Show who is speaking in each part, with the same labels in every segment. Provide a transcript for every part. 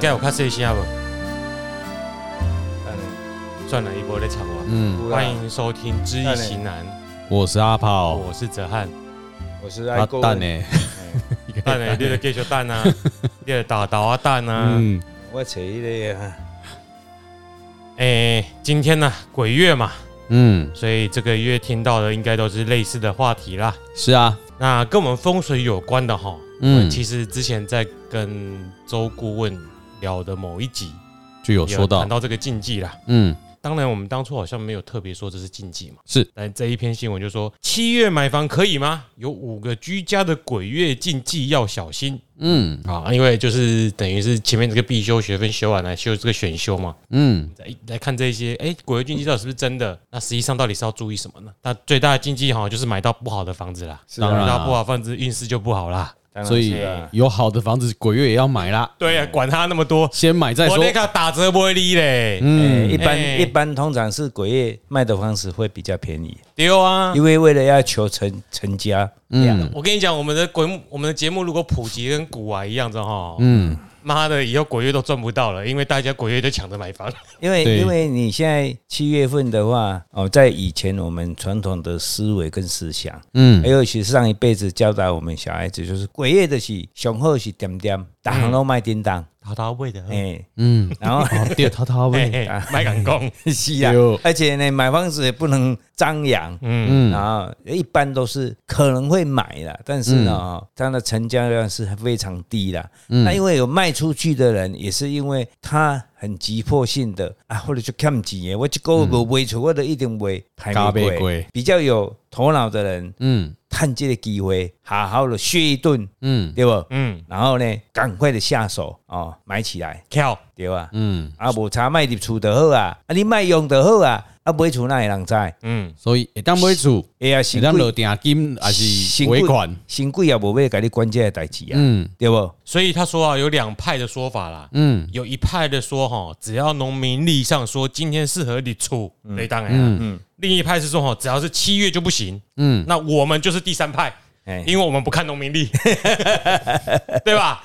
Speaker 1: 敢有较细声无？等
Speaker 2: 嗯
Speaker 1: 下算了，伊无咧吵我。
Speaker 3: 嗯，
Speaker 1: 欢迎收听《知易行难》，
Speaker 3: 我是阿炮，
Speaker 1: 我是泽 汉。
Speaker 2: 我是
Speaker 3: 阿
Speaker 2: 爱购
Speaker 3: 蛋欸呢？
Speaker 1: 蛋诶，你咧继续蛋 啊，你咧打倒啊蛋啊。
Speaker 3: 嗯，
Speaker 2: 我找迄个啊，
Speaker 1: 诶，今天呢鬼月嘛，
Speaker 3: 嗯，
Speaker 1: 所以这个月听到的应该都是类似的话题啦。
Speaker 3: 是啊，
Speaker 1: 那跟我们风水有关的哈，
Speaker 3: 嗯，
Speaker 1: 其实之前在跟周顾问聊的某一集
Speaker 3: 就有说到
Speaker 1: 谈，到这个禁忌啦。
Speaker 3: 嗯，
Speaker 1: 当然，我们当初好像没有特别说这是禁忌嘛。
Speaker 3: 是，
Speaker 1: 但这一篇新闻就说七月买房可以吗？有五个居家的鬼月禁忌要小心
Speaker 3: 嗯，
Speaker 1: 啊！因为就是等于是前面这个必修学分修完来修这个选修嘛，
Speaker 3: 嗯，
Speaker 1: 来来看这一些，哎、鬼月禁忌到底是不是真的？那实际上到底是要注意什么呢？那最大的禁忌好像就是买到不好的房子啦，
Speaker 2: 啊
Speaker 3: 当
Speaker 1: 买
Speaker 3: 然
Speaker 1: 到不
Speaker 3: 啊，
Speaker 1: 好房子运势就不好啦。
Speaker 2: 当然
Speaker 3: 所以
Speaker 2: 是啊
Speaker 3: 有好的房子，鬼月也要买啦，
Speaker 1: 对呀、哎管他那么多，
Speaker 3: 先买再
Speaker 1: 我
Speaker 3: 说。
Speaker 1: 那个打折不会利嘞，
Speaker 2: 哎
Speaker 3: 嗯
Speaker 2: 一般
Speaker 1: 哎
Speaker 2: 一般通常是鬼月卖的方式会比较便宜，
Speaker 1: 丢啊！
Speaker 2: 因为为了要求成成家，啊
Speaker 3: 嗯
Speaker 1: 我跟你讲，我们的鬼目，我们的节目如果普及跟古玩一样的哈，
Speaker 3: 嗯，
Speaker 1: 妈的，以后鬼月都赚不到了，因为大家鬼月都抢着买房。
Speaker 2: 因为
Speaker 3: 对
Speaker 2: 因为你现在七月份的话，哦，在以前我们传统的思维跟思想，
Speaker 3: 嗯
Speaker 2: 还，有其实上一辈子教导我们小孩子，就是鬼月的是雄厚是点点，打行都卖叮当，
Speaker 1: 淘淘味的，
Speaker 2: 哎，
Speaker 3: 嗯，
Speaker 2: 然后
Speaker 3: 好，第二套套
Speaker 1: 嘿
Speaker 3: 位，
Speaker 1: 嘿，买港工，
Speaker 2: 是啊
Speaker 3: 对哦，
Speaker 2: 而且呢，买房子也不能张扬，
Speaker 1: 嗯，
Speaker 3: 嗯
Speaker 2: 然后一般都是可能会买啦，但是呢，哦它的成交量是非常低啦。那因为有卖出去的人，也是因为他很急迫性的啊，或者就看钱的，我这个我卖出，我就一定会排
Speaker 3: 加倍
Speaker 2: 玫
Speaker 3: 贵
Speaker 2: 瑰。比较有头脑的人，
Speaker 3: 嗯
Speaker 2: 趁这个机会好好的削一顿，
Speaker 3: 嗯
Speaker 2: 对不？
Speaker 1: 嗯，
Speaker 2: 然后呢，赶快的下手哦，买起来，
Speaker 1: 跳，
Speaker 2: 对吧？
Speaker 3: 嗯，
Speaker 2: 啊，无差卖入厝就好啊，啊，你卖用就好啊，啊，买厝哪会人知？
Speaker 1: 嗯，
Speaker 3: 所以当买厝，
Speaker 2: 哎呀，
Speaker 3: 是
Speaker 2: 新
Speaker 3: 当
Speaker 2: 贵
Speaker 3: 落定金还是
Speaker 2: 新
Speaker 3: 尾
Speaker 2: 贵
Speaker 3: 款？
Speaker 2: 新贵也无要甲你管这个代志啊，
Speaker 3: 嗯
Speaker 2: 对不？
Speaker 1: 所以他说啊，有两派的说法啦，
Speaker 3: 嗯
Speaker 1: 有一派的说哈，只要农民历上说今天适合你出，没当然啊，
Speaker 2: 嗯，
Speaker 1: 另一派是说哈，只要是七月就不行，
Speaker 3: 嗯，
Speaker 1: 那我们就是第三派，
Speaker 2: 哎，
Speaker 1: 因为我们不看农民历， 对吧？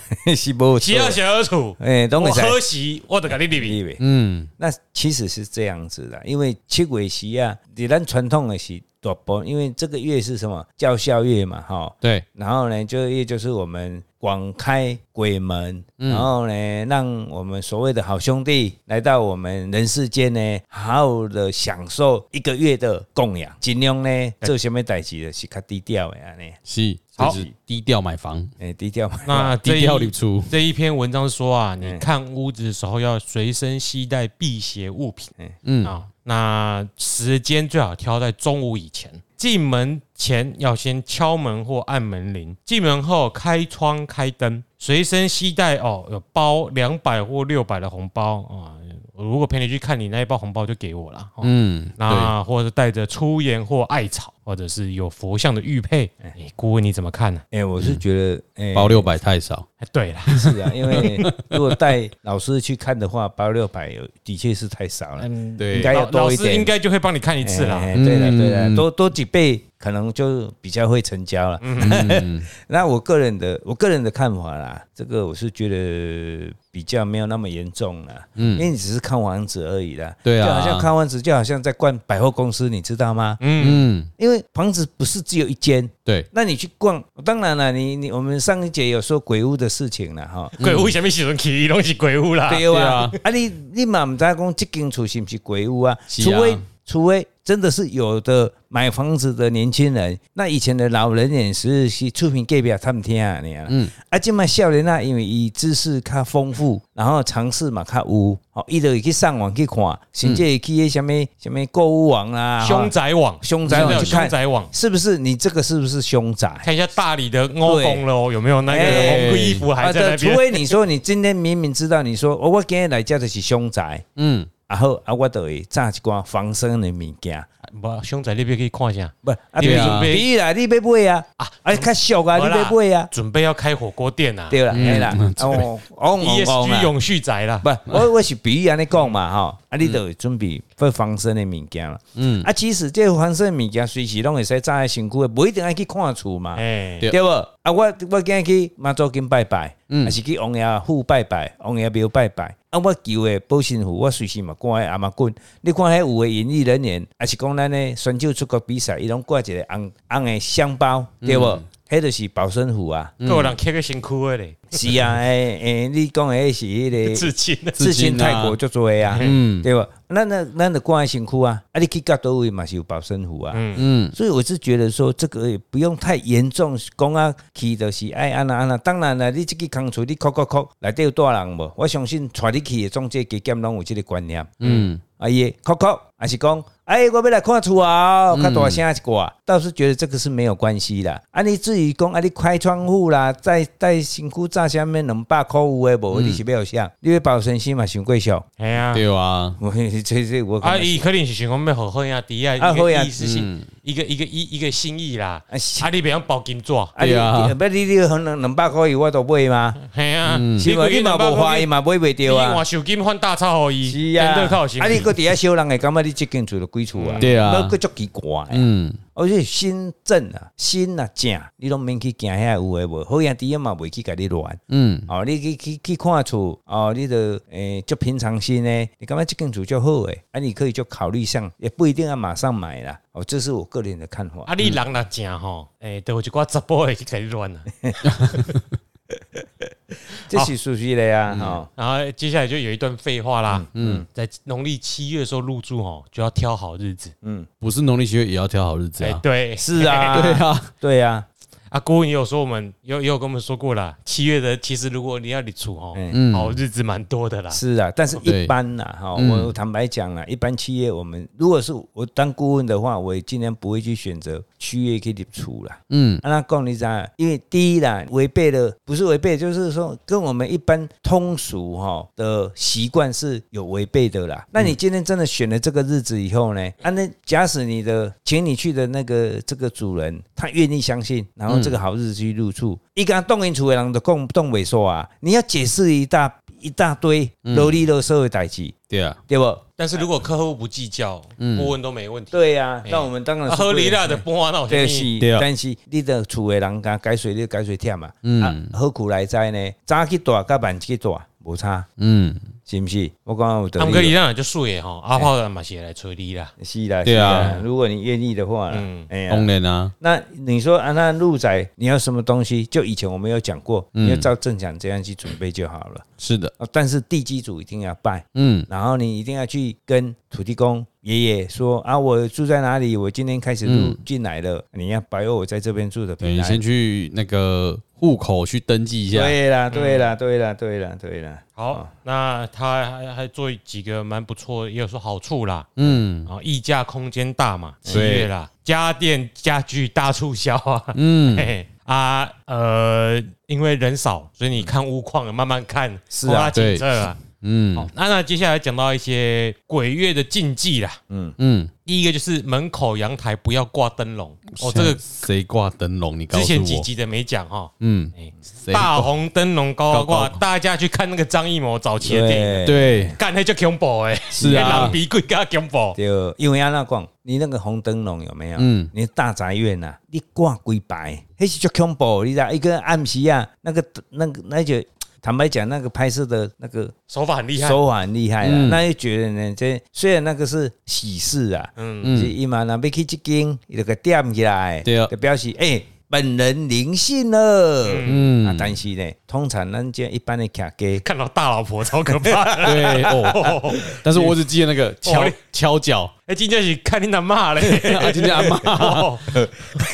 Speaker 2: 是无
Speaker 1: 只要
Speaker 3: 啊
Speaker 2: 错。
Speaker 1: 小而处，
Speaker 2: 哎，懂
Speaker 1: 我
Speaker 2: 我在
Speaker 1: 喝席，我得给你立名，
Speaker 2: 以为
Speaker 3: 嗯
Speaker 2: 那其实是这样子的，因为七月时啊，你咱传统的是大波，因为这个月是什么叫孝月嘛，哈。
Speaker 3: 对，
Speaker 2: 然后呢，就也就是我们广开鬼门，
Speaker 1: 嗯
Speaker 2: 然后呢，让我们所谓的好兄弟来到我们人世间呢，好好的享受一个月的供养，尽量呢做什么代志的是较低调的安尼，
Speaker 3: 是，
Speaker 1: 好
Speaker 3: 就是低调买房，
Speaker 2: 哎，低调嘛。
Speaker 1: 嗯 那这一
Speaker 3: 低调流出，
Speaker 1: 这一篇文章说啊，你
Speaker 2: 嗯
Speaker 1: 看屋子的时候要随身携带辟邪物品
Speaker 3: 嗯
Speaker 1: 啊、那时间最好挑在中午以前。进门前要先敲门或按门铃，进门后开窗开灯，随身携带哦，有包两百或六百的红包啊、我如果陪你去看你那一包红包，就给我啦。哦
Speaker 3: 嗯，对，
Speaker 1: 那或者带着粗盐或艾草，或者是有佛像的玉佩。哎、顾问你怎么看呢、
Speaker 2: 哎、我是觉得，哎、
Speaker 3: 包六百太少，
Speaker 1: 哎对啦，
Speaker 2: 是啊，因为如果带老师去看的话，包六百有的确是太少 了，
Speaker 1: 嗯，
Speaker 3: 对
Speaker 2: 应该要
Speaker 1: 老
Speaker 2: 多
Speaker 1: 老
Speaker 2: 一
Speaker 1: 师
Speaker 2: 点。
Speaker 1: 应该就会帮你看一次啦。
Speaker 2: 哎对了
Speaker 3: 嗯
Speaker 2: 对了，多多几倍可能就比较会成交了。
Speaker 1: 嗯
Speaker 2: 那我个人的我个人的看法啦，这个我是觉得比较没有那么严重啦，
Speaker 1: 嗯
Speaker 2: 因为你只是看房子而已啦。
Speaker 3: 对啊
Speaker 2: 就好像看房子，就好像在逛百货公司，你知道吗？
Speaker 1: 嗯，
Speaker 3: 嗯，
Speaker 2: 因为房子不是只有一间，
Speaker 3: 对，
Speaker 2: 那你去逛，当然了，你你我们上一节有说鬼屋的事情了哈。
Speaker 1: 鬼屋前面时阵去，拢是鬼屋啦。
Speaker 2: 嗯对啊
Speaker 3: 对，
Speaker 2: 啊你你嘛毋知讲这间厝是毋是鬼屋啊？
Speaker 3: 是
Speaker 2: 除
Speaker 3: 啊
Speaker 2: 非除非真的是有的买房子的年轻人，那以前的老人也是是出品隔壁他们听啊，你啊，嗯，啊，即嘛少年啊，因为伊知识较丰富，然后尝试嘛较有，哦，伊就会去上网去看，甚至会去迄什么什么购物网啊，
Speaker 1: 凶宅网，
Speaker 2: 凶宅
Speaker 1: 真的
Speaker 2: 网
Speaker 1: 有
Speaker 2: 去看
Speaker 1: 凶，宅网，
Speaker 2: 是不是你这个是不是凶宅？
Speaker 1: 看一下大理的欧风了哦，有没有那个
Speaker 2: 哎
Speaker 1: 红衣服还在那
Speaker 2: 啊对除
Speaker 1: 边？
Speaker 2: 非你说你今天明明知道，你说哦，我今天来家的是凶宅。
Speaker 3: 嗯，
Speaker 2: 啊好啊，我就会炸一寡防身的物件。
Speaker 1: 无兄仔，你别去看一下，
Speaker 2: 不，啊，
Speaker 1: 你
Speaker 2: 比
Speaker 3: 要
Speaker 1: 准备
Speaker 2: 比啦，你要买啊，啊，较俗啊，你
Speaker 1: 好啦
Speaker 2: 要买啊，
Speaker 1: 准备要开火锅店啊
Speaker 2: 对啦，哎啦，哦，哦，我讲
Speaker 1: ，ESG
Speaker 2: 啦，
Speaker 1: 永续宅啦，
Speaker 2: 不，我我是比喻安尼讲嘛吼，啊，你就准备会防身的物件啦。
Speaker 3: 嗯，
Speaker 2: 啊，其实这个防身的物件随时拢会使炸在身躯的，不一定爱去看厝嘛。
Speaker 1: 哎，
Speaker 3: 对
Speaker 2: 对无啊，我我今日去妈祖金拜拜，
Speaker 3: 嗯
Speaker 2: 还是去王爷府拜拜，王爷庙拜拜。啊，我求的保身符，我随时嘛挂的阿妈棍。你看迄有的演艺人员，还是讲咱的选手出国比赛，伊拢挂一个红红的香包，对无？迄就是保身符啊，
Speaker 1: 够人贴个辛苦的嘞，
Speaker 2: 是啊，诶诶，你讲的迄是迄个
Speaker 1: 至亲的，
Speaker 2: 刺青
Speaker 3: 刺青啊
Speaker 2: 泰国足多的啊，
Speaker 3: 嗯
Speaker 2: 对无？咱那咱就挂在身躯啊，啊，你去到倒位嘛是有保身符啊。
Speaker 1: 嗯，
Speaker 3: 嗯，
Speaker 2: 所以我是觉得说，这个也不用太严重，讲啊，去就是爱安那安那。当然啦，你这个空厝你哭哭哭，内底有大人无？我相信带你去的总这加减拢有这个观念。
Speaker 3: 嗯，
Speaker 2: 啊伊会哭哭，还是讲，哎，我要来看厝啊，
Speaker 1: 嗯
Speaker 2: 较大声一寡，倒是觉得这个是没有关系啦。啊，你至于讲啊，你开窗户啦，再再辛苦炸下面两百块有诶
Speaker 1: 嗯
Speaker 2: 无？你是要啥？你要保存心嘛，想贵少。
Speaker 1: 哎呀，
Speaker 3: 对啊，
Speaker 2: 我 这这我
Speaker 1: 啊，
Speaker 2: 可能
Speaker 1: 伊可能是想讲要好好呀，底下
Speaker 2: 啊
Speaker 1: 一
Speaker 2: 好
Speaker 1: 个
Speaker 2: 呀
Speaker 1: 意思性，一个一个一一个心意啦，
Speaker 2: 啊是
Speaker 1: 啊，你不要包金纸，
Speaker 2: 啊，你
Speaker 3: 对啊
Speaker 2: 不你你可能两百块以我都买吗？
Speaker 1: 嘿啊，
Speaker 2: 是无？你嘛无花嗯伊嘛买袂
Speaker 1: 你
Speaker 2: 着啊
Speaker 1: 换？手金换大钞互伊，
Speaker 2: 是啊，
Speaker 1: 真的靠心
Speaker 2: 啊，你搁底下小人会感觉你即间厝就鬼厝啊？
Speaker 3: 对啊
Speaker 2: 那个足奇怪。
Speaker 3: 嗯，
Speaker 2: 而且哦新政啊，新啊正，你拢免去惊遐有诶无，好兄弟啊嘛袂去甲你乱。
Speaker 3: 嗯，
Speaker 2: 哦，你去去去看厝，哦，你就诶足、平常心呢，你感觉即间厝足好诶，啊，你可以就考虑上，也不一定要马上买啦。哦，这是我个人的看法。
Speaker 1: 啊，你人若正吼，
Speaker 2: 嗯
Speaker 1: 诶，都有一寡查甫会去甲你乱啊。
Speaker 2: 这是属实的啊，吼、
Speaker 3: 哦
Speaker 1: 然后接下来就有一段废话啦。嗯，在农历七月的时候入住哦，就要挑好日子。
Speaker 3: 不是农历七月也要挑好日子
Speaker 1: 哎，
Speaker 3: 啊，
Speaker 1: 对，
Speaker 2: 是啊，
Speaker 3: 对，啊，
Speaker 2: 对啊，
Speaker 1: 啊，顾问也有说我们，有也有跟我们说过啦，七月的其实如果你要你出哦，
Speaker 3: 嗯哦
Speaker 1: 好日子蛮多的啦。
Speaker 2: 是啊，但是
Speaker 3: 对
Speaker 2: 一般呐，哈，
Speaker 3: 嗯
Speaker 2: 我坦白讲啊，一般企业我们如果是我当顾问的话，我也尽量不会去选择区业去立出啦。
Speaker 3: 嗯，
Speaker 2: 啊，那讲你知道，因为第一啦，违背了不是违背，就是说跟我们一般通俗哈的习惯是有违背的
Speaker 1: 嗯
Speaker 2: 啦。那你今天真的选了这个日子以后呢？啊，那假使你的请你去的那个这个主人，他愿意相信，然后这个好日子去入住，
Speaker 1: 嗯
Speaker 2: 一个动因厝的人就讲动萎缩啊，你要解释一大一大堆
Speaker 1: 嗯
Speaker 2: 啰里啰嗦的代志，
Speaker 3: 对啊，
Speaker 2: 对不？
Speaker 1: 但是如果客户不计较，
Speaker 2: 嗯
Speaker 3: 嗯
Speaker 1: 顾问都没问题。
Speaker 2: 对呀、啊
Speaker 1: 哎，
Speaker 2: 那我们当然是
Speaker 1: 啊，合
Speaker 2: 不会
Speaker 1: 理啦的播那我建
Speaker 2: 这嗯是
Speaker 1: 议，
Speaker 3: 对啊
Speaker 2: 但是你的厝的人家改水，你就改水忝嘛，
Speaker 3: 嗯
Speaker 2: 啊，何苦来哉呢？早去大甲晚去大无差，
Speaker 3: 嗯，
Speaker 2: 是不是？我讲有
Speaker 1: 他
Speaker 2: 道
Speaker 1: 们可以
Speaker 2: 理。啊
Speaker 1: 让你就素也哈，阿炮的嘛也来催你啦。
Speaker 2: 是啦，
Speaker 3: 对啊
Speaker 2: 是啦如果你愿意的话啦，嗯，哎呀
Speaker 3: 当，然啊，
Speaker 2: 那你说啊，那鹿仔你要什么东西？就以前我们有讲过，你
Speaker 3: 嗯
Speaker 2: 要照正常这样去准备就好了。
Speaker 3: 是的，
Speaker 2: 哦但是地基主一定要拜，
Speaker 3: 嗯
Speaker 2: 然后你一定要去跟土地公爷爷说啊，我住在哪里？我今天开始
Speaker 3: 嗯
Speaker 2: 入进来了，你要保佑我在这边住的
Speaker 3: 对
Speaker 2: 平
Speaker 3: 你
Speaker 2: 安
Speaker 3: 先。去那个户口去登记一下，
Speaker 2: 对啦，对啦，对啦，对啦，对啦。
Speaker 1: 好，
Speaker 3: 啊
Speaker 1: 那他还还做几个蛮不错，也有说好处啦。
Speaker 3: 嗯
Speaker 1: 啊，溢价空间大嘛，七
Speaker 3: 对
Speaker 1: 月啦，家电家具大促销啊，
Speaker 3: 嗯，
Speaker 1: 嘿啊呃，因为人少，所以你看屋况慢慢看，
Speaker 2: 是
Speaker 1: 空
Speaker 2: 啊
Speaker 1: 拉紧这啊。好
Speaker 3: 嗯，
Speaker 1: 那那接下来讲到一些鬼月的禁忌啦，
Speaker 3: 嗯，
Speaker 1: 第一个就是门口阳台不要挂灯笼，哦，这个
Speaker 3: 谁挂灯笼？啊你告
Speaker 1: 之
Speaker 3: 诉
Speaker 1: 前几
Speaker 3: 我，
Speaker 1: 集的没讲哈。
Speaker 3: 嗯，
Speaker 1: 哎
Speaker 3: 谁
Speaker 1: 大红灯笼高高挂，
Speaker 3: 高高
Speaker 1: 大家去看那个张艺谋早期的电影，
Speaker 2: 对
Speaker 3: 对，
Speaker 1: 干那就恐怖哎，
Speaker 3: 是啊
Speaker 1: 那狼鼻鬼加恐怖，
Speaker 2: 对，因为安那讲，你那个红灯笼有没有？
Speaker 3: 嗯
Speaker 2: 嗯，你大宅院呐、啊，你挂几排，那是足恐怖，你知道？一个暗时啊，那个那个那就坦白讲，那个拍摄的那个
Speaker 1: 手法很厉害，
Speaker 2: 手法很厉害啊，
Speaker 3: 嗯
Speaker 2: 那就觉得呢，这虽然那个是喜事啊，
Speaker 1: 嗯
Speaker 2: 嗯，伊嘛那要去一间，伊就给点起来，
Speaker 3: 对啊
Speaker 2: 就表示哎、本人灵性了。
Speaker 3: 嗯
Speaker 2: 啊，但是呢，通常咱这一般的客家，
Speaker 1: 看到大老婆超可怕 的。
Speaker 3: 对哦，但是我只记得那个敲
Speaker 1: 你
Speaker 3: 敲脚，
Speaker 1: 哎，今天是看你哪骂 嘞，
Speaker 3: 啊，今天阿妈，
Speaker 1: 哦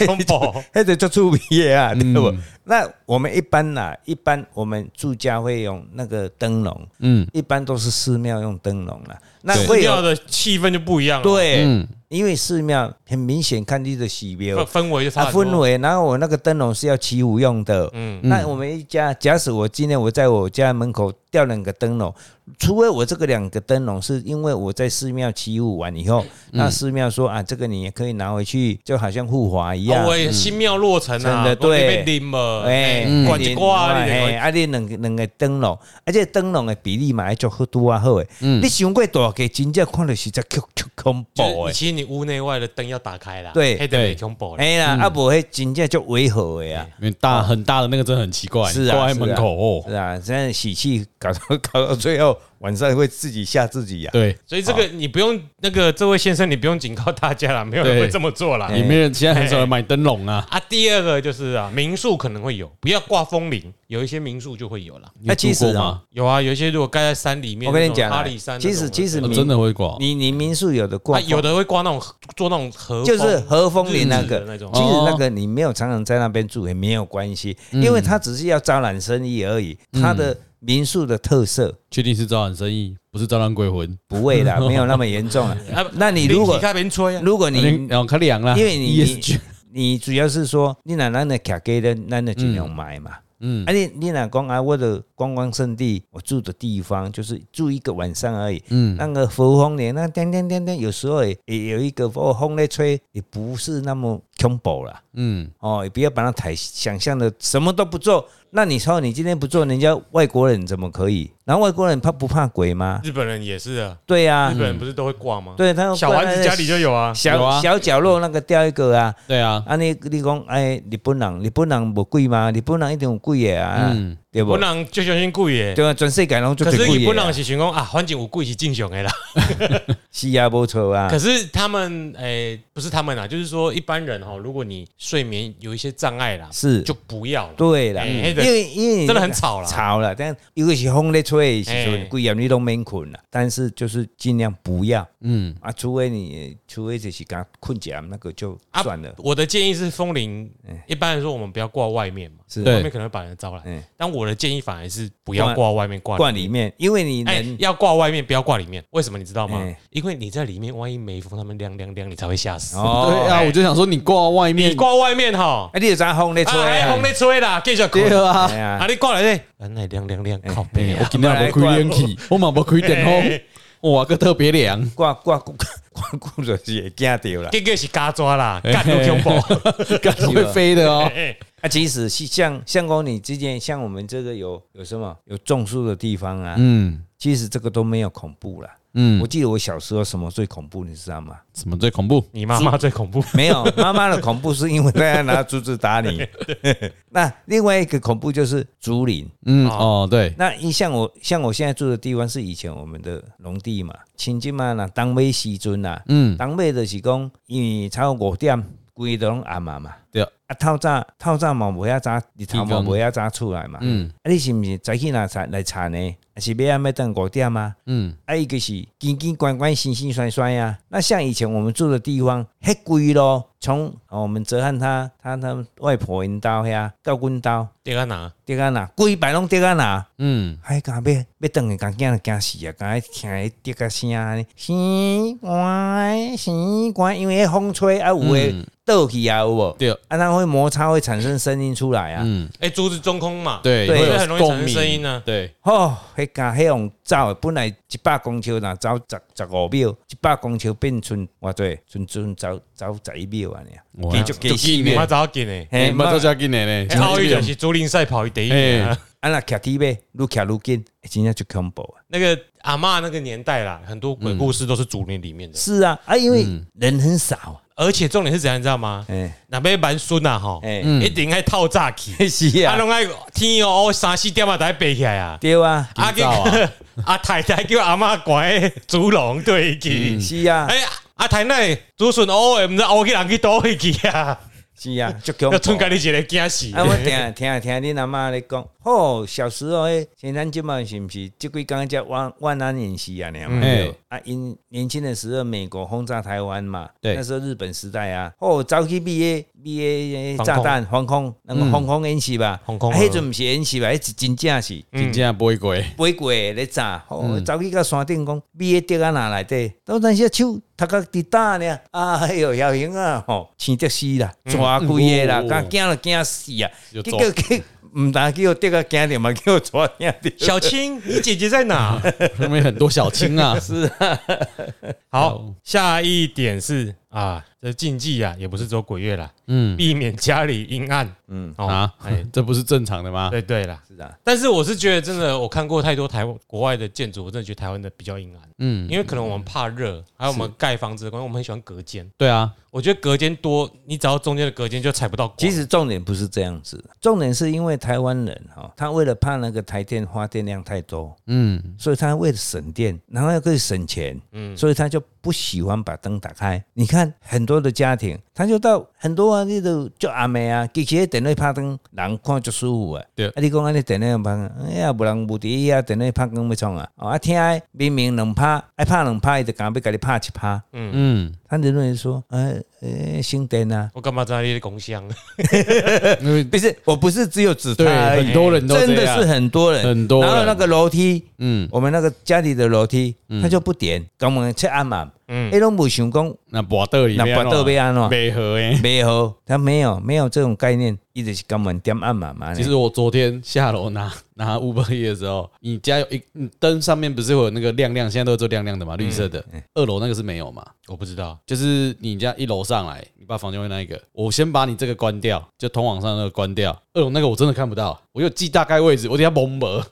Speaker 1: 恐怖，
Speaker 2: 迄就足趣味的啊，
Speaker 1: 嗯
Speaker 2: 对不？那我们一般呐、一般我们住家会用那个灯笼，
Speaker 3: 嗯
Speaker 2: 一般都是寺庙用灯笼啦。那
Speaker 3: 对
Speaker 2: 会
Speaker 1: 庙
Speaker 2: 有
Speaker 1: 的气氛就不一样了，
Speaker 2: 对，
Speaker 3: 嗯
Speaker 2: 因为寺庙很明显看你的喜
Speaker 1: 氛，
Speaker 2: 庙。
Speaker 1: 氛围就哦差
Speaker 2: 它
Speaker 1: 很多
Speaker 2: 啊氛围，然后我那个灯笼是要祈福用的，
Speaker 1: 嗯
Speaker 2: 那我们一家，假使我今天我在我家门口吊两个灯笼，除非我这个两个灯笼是因为我在寺庙起舞完以后，
Speaker 1: 嗯
Speaker 2: 那寺庙说啊，这个你也可以拿回去，就好像护法一样啊嗯
Speaker 1: 哦，我。也心妙落成啊，
Speaker 2: 真的
Speaker 1: 被
Speaker 2: 对
Speaker 1: 拎了，
Speaker 2: 哎
Speaker 1: 哎，，管一挂，你就
Speaker 2: 哎，啊，你两个两个灯笼，而且灯笼的比例嘛，要做好多啊好诶。你想过大个真正看到是只恐恐怖
Speaker 1: 就是
Speaker 2: 诶。
Speaker 1: 其实你屋内外的灯要打开啦，
Speaker 2: 哦哎对
Speaker 1: 黑的没恐怖了。
Speaker 2: 哎呀，啊无迄真正就违和诶啊。
Speaker 3: 因为大很大的那个真的很奇怪，
Speaker 2: 是啊
Speaker 3: 挂在
Speaker 2: 是啊
Speaker 3: 门口哦。
Speaker 2: 是啊，这样喜气搞到搞到最后，晚上会自己吓自己呀、
Speaker 3: 对，
Speaker 1: 所以这个你不用那个这位先生，你不用警告大家啦，没有人
Speaker 3: 对
Speaker 1: 会这么做啦。
Speaker 3: 里面现在很少人买灯笼啊。
Speaker 1: 啊，第二个就是啊，民宿可能会有，不要挂风铃，有一些民宿就会有啦。
Speaker 3: 你有
Speaker 2: 那其实
Speaker 3: 住过
Speaker 2: 啊
Speaker 3: 吗？
Speaker 1: 有啊，有一些如果盖在山里面，
Speaker 2: 我跟你讲
Speaker 1: 那
Speaker 2: 啊
Speaker 1: 种阿里山那种
Speaker 2: 其
Speaker 1: 的，
Speaker 2: 实其实
Speaker 3: 我
Speaker 2: 你
Speaker 3: 哦真的会挂，
Speaker 2: 你你民宿有的挂
Speaker 1: 啊，
Speaker 2: 风，
Speaker 1: 有的会挂那种做那种和
Speaker 2: 就是和风铃那
Speaker 1: 日式的
Speaker 2: 个
Speaker 1: 那种
Speaker 2: 其实那个你没有常常在那边住也没有关系，因为它只是要招揽生意而已，它的民宿的特色。
Speaker 3: 确定是招揽生意，不是招揽鬼魂。
Speaker 2: 不会 啦，没有那么严重了
Speaker 1: 啊。
Speaker 2: 那你如果
Speaker 1: 开边吹啊，
Speaker 2: 如果你
Speaker 3: 然后可凉了，
Speaker 2: 因为你，E
Speaker 3: ESG
Speaker 2: 你主要是说，你哪咱的卡给的，咱的尽量买嘛。嗯，啊你你哪讲啊，我的观光胜地，我住的地方就是住一个晚上而已。嗯，那个佛风帘，那叮叮叮叮，有时候也也有一个哦风在吹，也不是那么恐怖啦。
Speaker 3: 嗯，
Speaker 2: 哦，也不要把它抬想象的什么都不做。那你说你今天不做，人家外国人怎么可以？然后外国人怕不怕鬼吗？
Speaker 1: 日本人也是啊，
Speaker 2: 对呀、
Speaker 1: 日本人不是都会挂吗？，
Speaker 2: 对他
Speaker 1: 小丸子家里就有啊，
Speaker 3: 有
Speaker 2: 小
Speaker 3: 啊
Speaker 2: 小角落那个掉一个啊。
Speaker 3: 对啊，
Speaker 2: 啊，你你讲，哎，日本人，日本人无贵吗？日本人一定有贵的啊，
Speaker 3: 嗯
Speaker 2: 对
Speaker 1: 本
Speaker 2: 不？
Speaker 1: 人就相信贵耶。
Speaker 2: 对啊，全世界拢做
Speaker 1: 可是
Speaker 2: 最贵
Speaker 1: 日
Speaker 2: 的
Speaker 1: 本
Speaker 2: 啊
Speaker 1: 人，是想讲啊，反正有贵是正常的啦。
Speaker 2: 是啊，无错啊
Speaker 1: 可，是他们诶、不是他们啦，啊就是说一般人哈，哦如果你睡眠有一些障碍啦，
Speaker 2: 是
Speaker 1: 就不要了。
Speaker 2: 对啦，
Speaker 1: 哎那
Speaker 2: 因
Speaker 1: 个
Speaker 2: 为因为
Speaker 1: 真的很吵啦
Speaker 2: 吵啦，但尤其是风咧吹的时
Speaker 1: 哎
Speaker 2: 阵，贵啊，你都免困啦。但是就是尽量不要
Speaker 3: 嗯，
Speaker 2: 啊，除非你除非就是刚困起来那个就
Speaker 1: 啊
Speaker 2: 算了，
Speaker 1: 我的建议是风铃，一般来说我们不要挂外面嘛，
Speaker 2: 是
Speaker 1: 外
Speaker 3: 对
Speaker 1: 面可能会把人招来
Speaker 2: 嗯。
Speaker 1: 但我的建议反而是不要挂外面，挂
Speaker 2: 挂里。面，因为你
Speaker 1: 哎
Speaker 2: 人，
Speaker 1: 要挂外面，不要挂里面。为什么你知道吗
Speaker 2: 哎？
Speaker 1: 因为你在里面，万一没风，他们亮亮亮，你才会吓死。
Speaker 2: 哦
Speaker 3: 对啊，我就想说你挂外
Speaker 1: 你
Speaker 3: 面，
Speaker 1: 挂外面哈，
Speaker 2: 哎，你有啥风咧吹
Speaker 1: 啊，哎
Speaker 2: 啊
Speaker 1: 风？在吹啦，继续
Speaker 3: 对哎
Speaker 1: 困。
Speaker 3: 啊
Speaker 2: 哎，
Speaker 1: 啊，
Speaker 2: 呀，
Speaker 1: 你挂来嘞，啊，那亮亮亮，靠背
Speaker 3: 我
Speaker 1: 啊。
Speaker 3: 今天无开冷气，我嘛无开电风，哇，个特别凉。
Speaker 2: 挂挂挂挂挂就是会惊到啦。
Speaker 1: 这个是嘎抓啦，干都恐怖。
Speaker 3: 感觉会飞的哦。
Speaker 1: 哎
Speaker 2: 啊，其实是像像公你之间，像我们这个有有什么有种树的地方啊，
Speaker 3: 嗯
Speaker 2: 其实这个都没有恐怖啦。
Speaker 3: 嗯
Speaker 2: 我，记得我小时候什么最恐怖，你知道吗？
Speaker 3: 什么最恐怖？
Speaker 1: 你妈妈最恐怖。
Speaker 2: 没有，妈妈的恐怖是因为大家拿竹子打你。 那另外一个恐怖就是竹林。
Speaker 3: 嗯
Speaker 1: 哦
Speaker 3: 哦，对，
Speaker 2: 那一像我像我现在住的地方是以前我们的农地嘛，亲戚嘛呐，当尾时阵呐，
Speaker 3: 嗯
Speaker 2: 当尾就是讲，因为差不多五点，规都拢暗嘛嘛。
Speaker 3: 对
Speaker 2: 啊，透早透早嘛，无遐早，日头嘛
Speaker 3: 天光
Speaker 2: 无遐早出来嘛。
Speaker 3: 嗯
Speaker 2: 啊，你是毋是早起若才来查呢？还是要暗要等五点啊？
Speaker 3: 嗯，
Speaker 2: 啊，伊就是紧紧关关、心心酸酸呀、啊那像以前我们住的地方，迄贵咯，从、哦、我们泽汉他他他们外婆因兜遐到阮兜
Speaker 1: 这个哪？
Speaker 2: 跌啊哪，规排拢跌啊哪，
Speaker 3: 嗯，
Speaker 2: 还敢哎要要等个囝人惊死啊！敢听迄跌个声啊呢，习惯习惯，因为那风吹啊，有诶倒去啊，有无？
Speaker 3: 对，
Speaker 2: 啊，那会摩擦会产生声音出来啊。
Speaker 3: 嗯
Speaker 1: 哎，竹子中空嘛，
Speaker 3: 对，
Speaker 2: 对
Speaker 3: 会
Speaker 1: 所以
Speaker 3: 有
Speaker 1: 很容易产
Speaker 3: 共
Speaker 1: 生
Speaker 3: 鸣
Speaker 1: 声音呢。
Speaker 3: 对，
Speaker 2: 哦，迄架迄用走的，本来一百公尺若走十十五秒，一百公尺变剩偌济，剩剩走走十一秒安尼。
Speaker 3: 我
Speaker 2: 继续继续
Speaker 1: 你妈早紧诶。
Speaker 2: 嘿，
Speaker 3: 嘛做
Speaker 2: 啊
Speaker 3: 加紧的呢，
Speaker 1: 哎奥运就是竹林赛跑第一名啊。
Speaker 2: 若徛地尾，愈徛愈紧，真正就恐怖啊！
Speaker 1: 那个阿嬷那个年代啦，很多鬼故事都是竹林里面的，
Speaker 2: 是啊，啊，因为
Speaker 1: 嗯
Speaker 2: 人很少啊，
Speaker 1: 而且重点是怎样，你知道吗？
Speaker 2: 哎
Speaker 1: 那边蛮孙啊吼，
Speaker 2: 哎，
Speaker 1: 一定爱套炸 起，
Speaker 2: 是
Speaker 1: 啊，
Speaker 2: 啊，
Speaker 1: 拢爱天哦三四点啊才爬起来 啊。
Speaker 2: 对啊，
Speaker 1: 啊，
Speaker 3: 紧走啊
Speaker 1: 啊太太叫阿嬷关竹笼对去，
Speaker 2: 是啊，
Speaker 1: 哎阿太太竹笋乌诶，毋知哦乌去人去倒去 啊，
Speaker 2: 是啊，就恐
Speaker 1: 要剩家
Speaker 2: 怖。
Speaker 1: 己一个惊死。
Speaker 2: 啊，我听听听恁阿嬷咧讲，哦，小时候诶，现在即满是毋是即几工才万万安演习啊？尔嘛。
Speaker 3: 哎，
Speaker 2: 啊，因年轻的时候，美国轰炸台湾嘛，
Speaker 3: 对
Speaker 2: 那时候日本时代啊，哦，早期 B A B A
Speaker 1: 防空
Speaker 2: 炸弹防空，那个防空演习吧，
Speaker 1: 防空
Speaker 2: 啊迄阵毋是演习吧，迄是真正是
Speaker 3: 真正不会 过，
Speaker 2: 飞过的咧炸，哦，早期到山顶讲 B A 跌啊哪来底，当阵时手头壳伫打呢，哎哟，摇型啊，吼，青得死啦，抓规个啦，
Speaker 3: 嗯
Speaker 2: 甲惊了惊死啊，
Speaker 3: 就
Speaker 2: 结
Speaker 3: 抓
Speaker 2: 果去。唔但叫我跌个惊点嘛，叫我抓惊点。
Speaker 1: 小青，你姐姐在 哪？
Speaker 3: 因为很多小青啊，是
Speaker 1: 好，下一点是啊，这禁忌啊，也不是走鬼月啦，
Speaker 3: 嗯
Speaker 1: 避免家里阴暗。嗯，哦
Speaker 3: 啊，
Speaker 1: 哎，
Speaker 3: 这不是正常的吗？
Speaker 1: 对对啦。
Speaker 2: 是啊，
Speaker 1: 但是我是觉得，真的，我看过太多台湾国外的建筑，我真的觉得台湾的比较阴暗，
Speaker 3: 嗯，
Speaker 1: 因为可能我们怕热，还有我们盖房子的关系，我们很喜欢隔间。
Speaker 3: 对啊，
Speaker 1: 我觉得隔间多，你只要中间的隔间就踩不到光。
Speaker 2: 其实重点不是这样子，重点是因为台湾人哈、哦，他为了怕那个台电发电量太多，
Speaker 3: 嗯，
Speaker 2: 所以他为了省电，然后又可以省钱，嗯，所以他就不喜欢把灯打开。你看很多的家庭，他就到很多啊，你都就阿妹啊，其实电灯拍灯，人看就舒服啊。
Speaker 3: 对
Speaker 2: 啊，你讲安尼电灯拍，哎呀，无人无伫啊，电灯拍光要创啊？哦，啊，听的明明两拍，爱拍两拍，伊就敢要甲你拍一拍。
Speaker 3: 嗯，
Speaker 2: 他认为说，呃、呃，省电啊，
Speaker 1: 我干嘛在那里工箱？
Speaker 3: 因为
Speaker 2: 不是，我不是只有指他
Speaker 3: 对
Speaker 2: 而已
Speaker 3: 很多人都
Speaker 2: 哎真
Speaker 3: 这
Speaker 2: 的
Speaker 3: 样
Speaker 2: 是很多人，
Speaker 3: 很多人
Speaker 2: 然后那个楼梯，
Speaker 3: 嗯，
Speaker 2: 我们那个家里的楼梯，他就不点，跟我们去按嘛，嗯，哎，拢不想讲
Speaker 3: 那博德里
Speaker 2: 那
Speaker 3: 面，哦
Speaker 2: 跋倒要安怎，
Speaker 3: 没合诶。
Speaker 2: 没有，他没有没有这种概念，一直是跟我们点按嘛嘛。
Speaker 3: 其实我昨天下楼拿拿 Uber E 的时候，你家有一你灯上面不是会有那个亮亮，现在都是做亮亮的
Speaker 2: 嗯
Speaker 3: 嘛，绿色的。二楼那个是没有嘛？
Speaker 1: 我不知道。
Speaker 3: 就是你家一楼上来，你把房间会那一个，我先把你这个关掉，就通往上那个关掉。二楼那个我真的看不到，我有记大概位置，我等下蒙 门，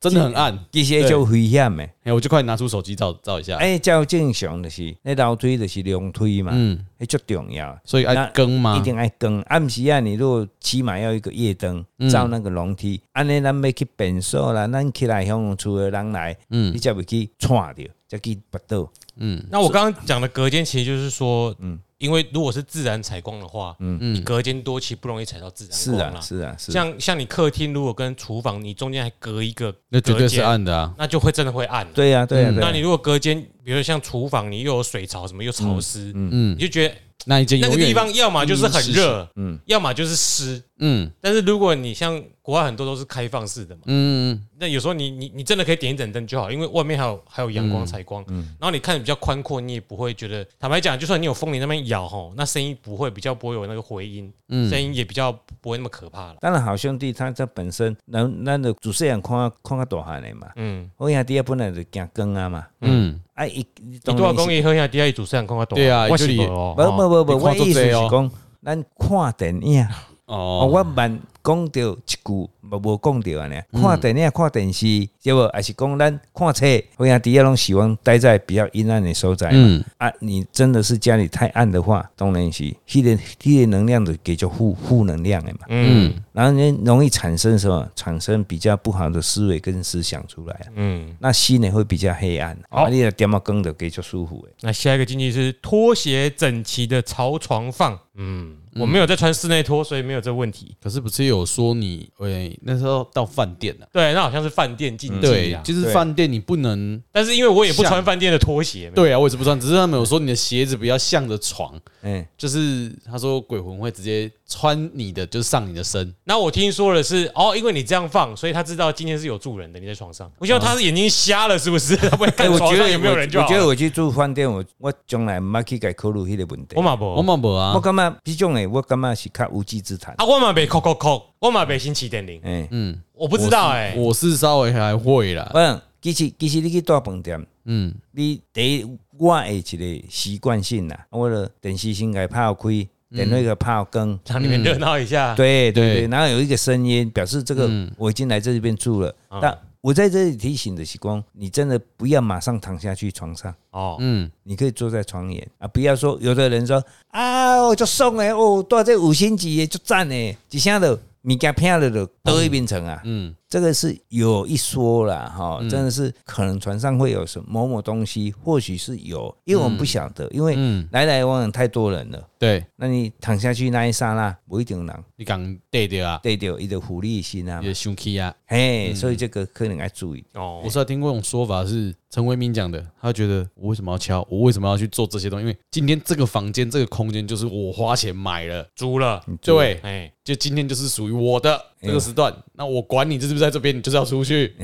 Speaker 3: 真的很暗。
Speaker 2: 其实就危险的，
Speaker 3: 哎，我就快拿出手机照照一下。
Speaker 2: 哎，照正常就是，那楼梯就是两推嘛，
Speaker 3: 嗯，
Speaker 2: 那足重要。
Speaker 3: 所以爱更
Speaker 2: 一
Speaker 3: 吗？
Speaker 2: 定爱更暗时啊！你如果起码要一个夜灯
Speaker 3: 嗯
Speaker 2: 照那个楼梯，安尼咱要去便所啦，咱起来向厝的人来，
Speaker 3: 嗯
Speaker 2: 你才会去踹着，才去拔倒。
Speaker 3: 嗯
Speaker 1: 那我刚刚讲的隔间，其实就是说，嗯，因为如果是自然采光的话，嗯嗯，隔间多，其实不容易采到自
Speaker 2: 是
Speaker 1: 然光
Speaker 3: 哦
Speaker 2: 啊，
Speaker 1: 啦。
Speaker 2: 是啊，是啊。
Speaker 1: 像像你客厅如果跟厨房，你中间还隔一个，
Speaker 3: 那绝对是，暗的啊。
Speaker 1: 那就会真的会暗。
Speaker 2: 对呀、对呀、
Speaker 3: 嗯
Speaker 2: 对、
Speaker 1: 那
Speaker 2: 啊。
Speaker 1: 你如果隔间，比如像厨房，你又有水槽什么，又潮湿，
Speaker 3: 嗯
Speaker 1: 你，就觉得
Speaker 3: 那一间
Speaker 1: 那个
Speaker 3: 永远
Speaker 1: 地方要么就是很
Speaker 3: 阴湿
Speaker 1: 热，嗯，要么就是湿。
Speaker 3: 嗯
Speaker 1: 但是如果你像国外很多都是开放式的嘛，
Speaker 3: 嗯
Speaker 1: 那有时候你你你真的可以点一盏灯就好，因为外面还有还有阳光采光，
Speaker 3: 嗯
Speaker 1: 然后你看得比较宽阔，你也不会觉得。坦白讲，就算你有风铃那边摇吼，那声音不会比较不会有那个回音，
Speaker 3: 嗯
Speaker 1: 声音也比较不会那么可怕了。
Speaker 2: 当然，好兄弟他这本身，咱咱的主持人看看较大汉的嘛，
Speaker 1: 嗯，
Speaker 2: 我兄弟本来就惊光啊嘛，
Speaker 3: 嗯，
Speaker 2: 啊一你
Speaker 1: 你
Speaker 2: 当
Speaker 1: 多少
Speaker 2: 然
Speaker 1: 公
Speaker 2: 是，
Speaker 1: 里喝下第二组摄像看看懂？
Speaker 3: 对啊
Speaker 1: 我是
Speaker 3: 就
Speaker 1: 没
Speaker 3: 是
Speaker 1: 有哦
Speaker 2: 不不不
Speaker 3: 哦
Speaker 2: 不，
Speaker 3: 你
Speaker 2: 我
Speaker 3: 看
Speaker 2: 意思是
Speaker 3: 很多哦
Speaker 2: 讲，咱看电影。哦，
Speaker 3: 哦，
Speaker 2: 我慢讲到一句，无无讲到安尼。啊
Speaker 1: 嗯
Speaker 2: 看电影、看电视，对无？还是讲咱看册，我兄弟啊拢喜欢待在比较阴暗的所在。
Speaker 3: 嗯
Speaker 2: 啊，你真的是家里太暗的话，当然是迄、那个迄、那个能量的给就负负能量的嘛。
Speaker 1: 嗯
Speaker 2: 然后呢，容易产生什么？产生比较不好的思维跟思想出来啊。
Speaker 1: 嗯。
Speaker 2: 那心呢会比较黑暗，
Speaker 1: 好
Speaker 2: 啊，你的点么光的给就舒服的
Speaker 1: 那下一个禁忌是拖鞋整齐的朝床放。嗯，我没有在穿室内拖，所以没有这问题。
Speaker 3: 可是不是有说你，喂，那时候到饭店了、
Speaker 1: 对，那好像是饭店禁忌
Speaker 3: 对
Speaker 1: 啊，。
Speaker 3: 就是
Speaker 2: 对
Speaker 3: 饭店你不能，
Speaker 1: 但是因为我也不穿饭店的拖鞋，
Speaker 3: 对啊，我也是不穿，只是他们有说你的鞋子不要向着床，
Speaker 2: 嗯，
Speaker 3: 就是他说鬼魂会直接穿你的，就是上你的身，
Speaker 1: 那我听说的是，哦，因为你这样放，所以他知道今天是有住人的，你在床上。我希望他是眼睛瞎了，是不是？他不会看
Speaker 2: 哎我
Speaker 1: 床
Speaker 2: 觉
Speaker 1: 上
Speaker 2: 得
Speaker 1: 有没有人就
Speaker 2: 我
Speaker 1: 好
Speaker 2: 觉得
Speaker 1: 了。
Speaker 2: 我去住饭店，我我将来唔捌去该考虑迄个问
Speaker 1: 哦
Speaker 2: 题
Speaker 1: 我。嘛
Speaker 3: 我
Speaker 1: 不，
Speaker 3: 嘛无
Speaker 2: 我
Speaker 3: 啊，
Speaker 2: 感觉这种诶，我感觉是较无稽之谈。
Speaker 1: 啊，我嘛被扣扣扣，我嘛被星期点零，
Speaker 2: 哎、
Speaker 3: 嗯，
Speaker 1: 我不知道哎、
Speaker 3: 我是稍微还会啦，
Speaker 2: 嗯，其实其实你去大饭店，
Speaker 3: 嗯
Speaker 2: 你第一我的一个习惯性啦，我的电视先给泡开，电话给泡光，
Speaker 1: 让你们热闹一下。
Speaker 2: 嗯对对
Speaker 3: 对
Speaker 2: 对，然后有一个声音表示这个
Speaker 3: 嗯
Speaker 2: 我已经来这边住了。
Speaker 1: 嗯
Speaker 2: 但我在这里提醒的是光，你真的不要马上躺下去床上。
Speaker 1: 哦，
Speaker 3: 嗯，
Speaker 2: 你可以坐在床沿啊，不要说有的人说啊，我就送诶，哦，住这五星级的就赞诶，一下的物件骗了的倒一边层啊，
Speaker 3: 嗯
Speaker 2: 嗯，这个是有一说啦，哈，真的是可能船上会有什么某某东西，或许是有，因为我们不晓得，因为
Speaker 3: 嗯
Speaker 2: 来来往往太多人了，
Speaker 3: 对
Speaker 2: 那你躺下去那一刹那，不一定有人
Speaker 3: 你讲对的啊，
Speaker 2: 对到一个狐狸心啊
Speaker 3: 你，的胸气啊，
Speaker 2: 嘿，所以这个可能要注意。
Speaker 1: 哦
Speaker 3: 我，是有听过一种说法是陈为民讲的，他觉得我为什么要敲，我为什么要去做这些东西？因为今天这个房间这个空间就是我花钱买了，
Speaker 1: 租了，
Speaker 3: 对，
Speaker 1: 哎，
Speaker 3: 就今天就是属于我的这个时段，那我管你是不是在这边，你就是要出去。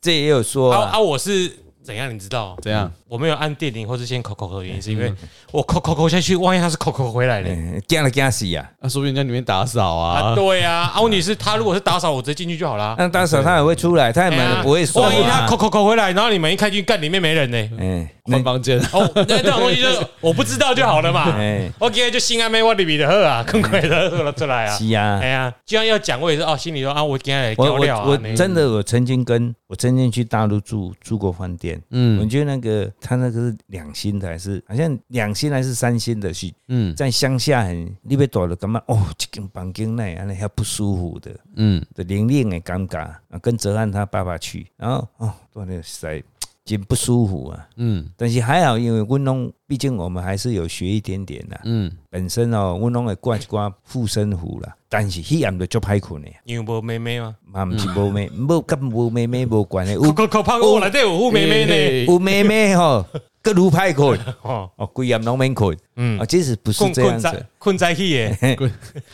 Speaker 2: 这也有说
Speaker 1: 啊
Speaker 2: 啊，
Speaker 1: 啊，我是怎样？你知道？
Speaker 3: 怎样？
Speaker 1: 我没有按电铃或是先口口的原因，是因为我口口口下去，万一他是口口回来的
Speaker 2: 嗯惊了惊死呀！
Speaker 3: 那啊说不定在里面打扫
Speaker 1: 啊？
Speaker 3: 啊，
Speaker 1: 对呀，啊，问题是，他如果是打扫，我直接进去就好 啦。哎
Speaker 2: 那打扫他也会出来，他也门哎不会锁
Speaker 1: 万一他
Speaker 2: 啊
Speaker 1: 口。口口回来，然后你门一开进去，干里面没人呢、
Speaker 2: 嗯，那
Speaker 3: 换房间。
Speaker 1: 哦，那这种东西就是我不知道就好了嘛。
Speaker 2: 哎，
Speaker 1: 我今天就心安妹我里面的喝啊，更快的喝了出 来啊。
Speaker 2: 是啊
Speaker 1: 哎。呀，就像要讲，我也是哦，心里说啊，我今天来
Speaker 2: 我
Speaker 1: 聊
Speaker 2: 我
Speaker 1: 聊啊。
Speaker 2: 我
Speaker 1: 那
Speaker 2: 真的我曾经跟我曾经去大陆住住过饭店，我
Speaker 3: 嗯
Speaker 2: 觉得那个他那个是两星的还是好像两星还是三星的是
Speaker 3: 嗯
Speaker 2: 在乡下很你被躲了干嘛？哦，这间房间内安尼还不舒服的，
Speaker 3: 嗯，
Speaker 2: 的玲玲的尴尬啊，跟泽汉他爸爸去，然后哦，多那实在真不舒服啊。
Speaker 3: 嗯
Speaker 2: 但是还好，因为温龙，毕竟我们还是有学一点点啦。
Speaker 3: 嗯，
Speaker 2: 本身哦，温龙会挂一挂护身符啦，但是迄暗就足歹困的，
Speaker 1: 你有无妹妹吗？
Speaker 2: 嘛毋是无 妹，无跟无妹妹无关的，有
Speaker 1: 口口口胖我来对我护妹妹呢。
Speaker 3: 呢？
Speaker 2: 有妹妹吼，更如歹困，
Speaker 1: 哦，
Speaker 2: 哦， 规暗拢免困，
Speaker 1: 嗯
Speaker 2: 啊，，其实不是
Speaker 1: 困
Speaker 2: 这样
Speaker 1: 困
Speaker 2: 子
Speaker 1: 在，困在去耶，